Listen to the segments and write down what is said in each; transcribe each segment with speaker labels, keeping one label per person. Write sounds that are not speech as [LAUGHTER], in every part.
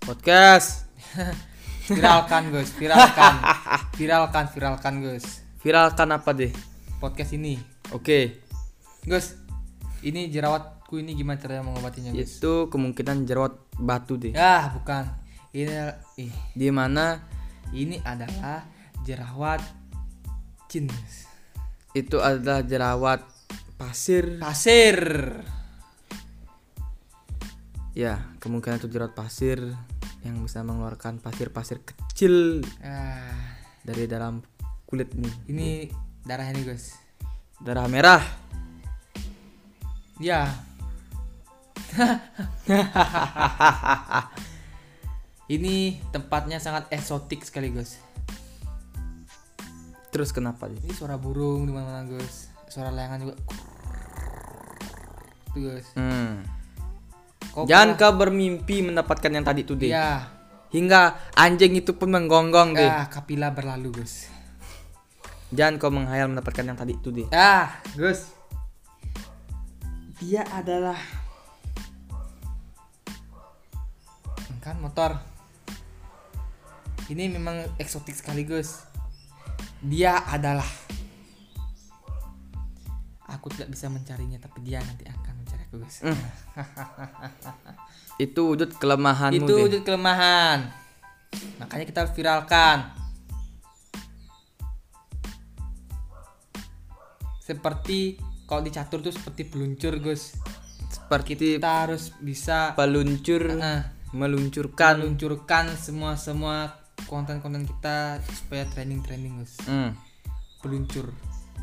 Speaker 1: podcast
Speaker 2: viralkan Gus viralkan viralkan viralkan Gus
Speaker 1: viralkan apa deh
Speaker 2: podcast ini
Speaker 1: oke
Speaker 2: Gus ini jerawatku ini gimana caranya mengobatinya Gus
Speaker 1: itu kemungkinan jerawat batu deh
Speaker 2: ah bukan ini ih,
Speaker 1: di mana
Speaker 2: ini adalah jerawat cin Gus.
Speaker 1: itu adalah jerawat pasir
Speaker 2: pasir
Speaker 1: ya kemungkinan itu jerawat pasir yang bisa mengeluarkan pasir-pasir kecil
Speaker 2: ah,
Speaker 1: dari dalam kulit nih
Speaker 2: ini darah ini Gus
Speaker 1: darah merah
Speaker 2: ya [LAUGHS] ini tempatnya sangat eksotik sekali Gus
Speaker 1: terus kenapa deh
Speaker 2: Ini suara burung di mana-mana, Gus. Suara layangan juga. Tuh, Gus.
Speaker 1: Hmm.
Speaker 2: Kau
Speaker 1: jangan kau bermimpi mendapatkan yang tadi tuh deh
Speaker 2: Iya.
Speaker 1: hingga anjing itu pun menggonggong deh
Speaker 2: Ah, kapila berlalu, Gus.
Speaker 1: jangan kau menghayal mendapatkan yang tadi itu deh
Speaker 2: Ah, Gus. Dia adalah kan motor. Ini memang eksotik sekali, Gus. Dia adalah Aku tidak bisa mencarinya, tapi dia nanti akan mencari aku, Gus.
Speaker 1: itu wujud kelemahanmu
Speaker 2: itu
Speaker 1: Anu deh.
Speaker 2: wujud kelemahan makanya kita harus viralkan seperti kalau dicatur tuh seperti peluncur Gus
Speaker 1: seperti
Speaker 2: kita harus bisa
Speaker 1: peluncur
Speaker 2: eh,
Speaker 1: meluncurkan
Speaker 2: meluncurkan semua semua konten-konten kita supaya training training Gus
Speaker 1: Hmm.
Speaker 2: peluncur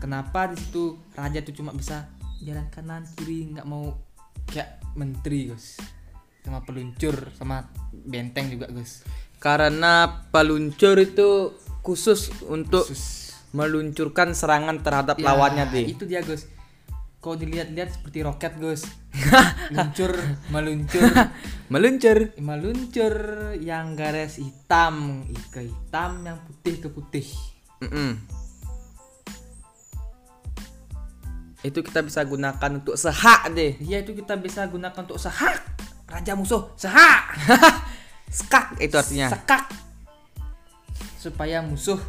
Speaker 2: kenapa di situ raja tuh cuma bisa jalan kanan kiri nggak mau kayak menteri Gus sama peluncur sama benteng juga Gus
Speaker 1: karena peluncur itu khusus untuk
Speaker 2: Sus.
Speaker 1: meluncurkan serangan terhadap
Speaker 2: Ya,
Speaker 1: lawannya deh
Speaker 2: Itu dia, Gus. Kalau dilihat-lihat seperti roket, Gus. Luncur, meluncur,
Speaker 1: meluncur
Speaker 2: meluncur yang garis hitam ke hitam, yang putih ke putih.
Speaker 1: Mm-mm. itu kita bisa gunakan untuk sehak deh
Speaker 2: Iya, itu kita bisa gunakan untuk sehak raja musuh, sehak,
Speaker 1: skak itu artinya
Speaker 2: sekak. Supaya musuh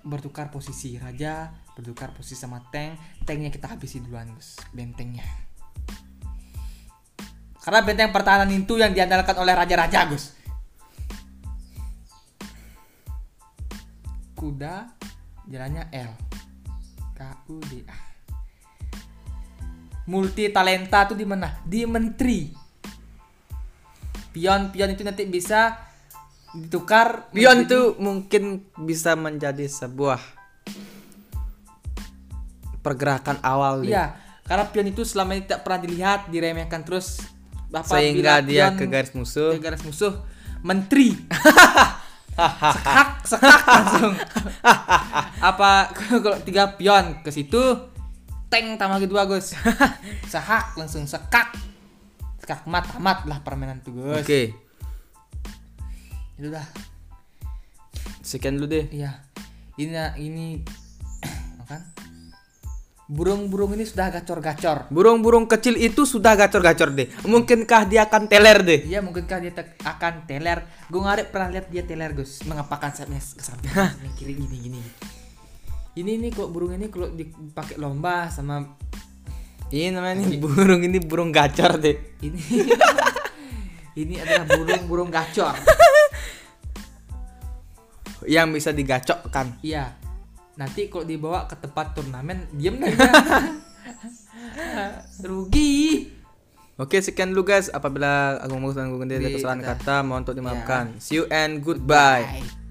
Speaker 2: bertukar posisi, raja bertukar posisi sama tank, tanknya kita habisi duluan, Gus. Bentengnya. Karena benteng pertahanan itu yang diandalkan oleh raja-raja, Gus. Kuda jalannya L. K U D A. Multi talenta tuh di mana? Di menteri. Pion-pion itu nanti bisa ditukar
Speaker 1: Beyond
Speaker 2: menjadi-
Speaker 1: itu mungkin bisa menjadi sebuah pergerakan awal deh.
Speaker 2: Iya, karena pion itu selama ini tidak pernah dilihat, diremehkan terus Bapak
Speaker 1: sehingga
Speaker 2: bilang
Speaker 1: dia
Speaker 2: pion
Speaker 1: ke garis
Speaker 2: ke
Speaker 1: musuh
Speaker 2: garis musuh
Speaker 1: [LAUGHS]
Speaker 2: menteri. sekak, sekak langsung. Apa kalau tiga pion ke situ tank tambah kedua, Gus. Sehak langsung sekak. Sekak mat tamat lah permainan itu,
Speaker 1: oke
Speaker 2: Gus. Itu dah.
Speaker 1: sekian dulu deh
Speaker 2: Iya. Ini ini [CLEARS THROAT] kan burung-burung ini sudah gacor-gacor.
Speaker 1: burung-burung kecil itu sudah gacor-gacor deh mungkinkah dia akan teler deh
Speaker 2: Iya mungkinkah dia te- akan teler Gue ngarik pernah lihat dia teler Gus Mengepakan sayapnya s- ke samping samping kiri gini gini Ini nih kok burung ini kalau dipakai lomba sama
Speaker 1: ini Iya, [LAUGHS] namanya nih, burung ini burung gacor deh
Speaker 2: ini [LAUGHS] Ini adalah burung-burung gacor
Speaker 1: yang bisa digacokkan
Speaker 2: Iya Nanti kalau dibawa ke tempat turnamen Diem [LAUGHS] dah dia. Rugi
Speaker 1: oke sekian dulu guys apabila agung bagus dan agung gede ada
Speaker 2: Di-
Speaker 1: kesalahan
Speaker 2: ada.
Speaker 1: ya. kata mohon untuk dimaafkan see you and goodbye.
Speaker 2: Baik.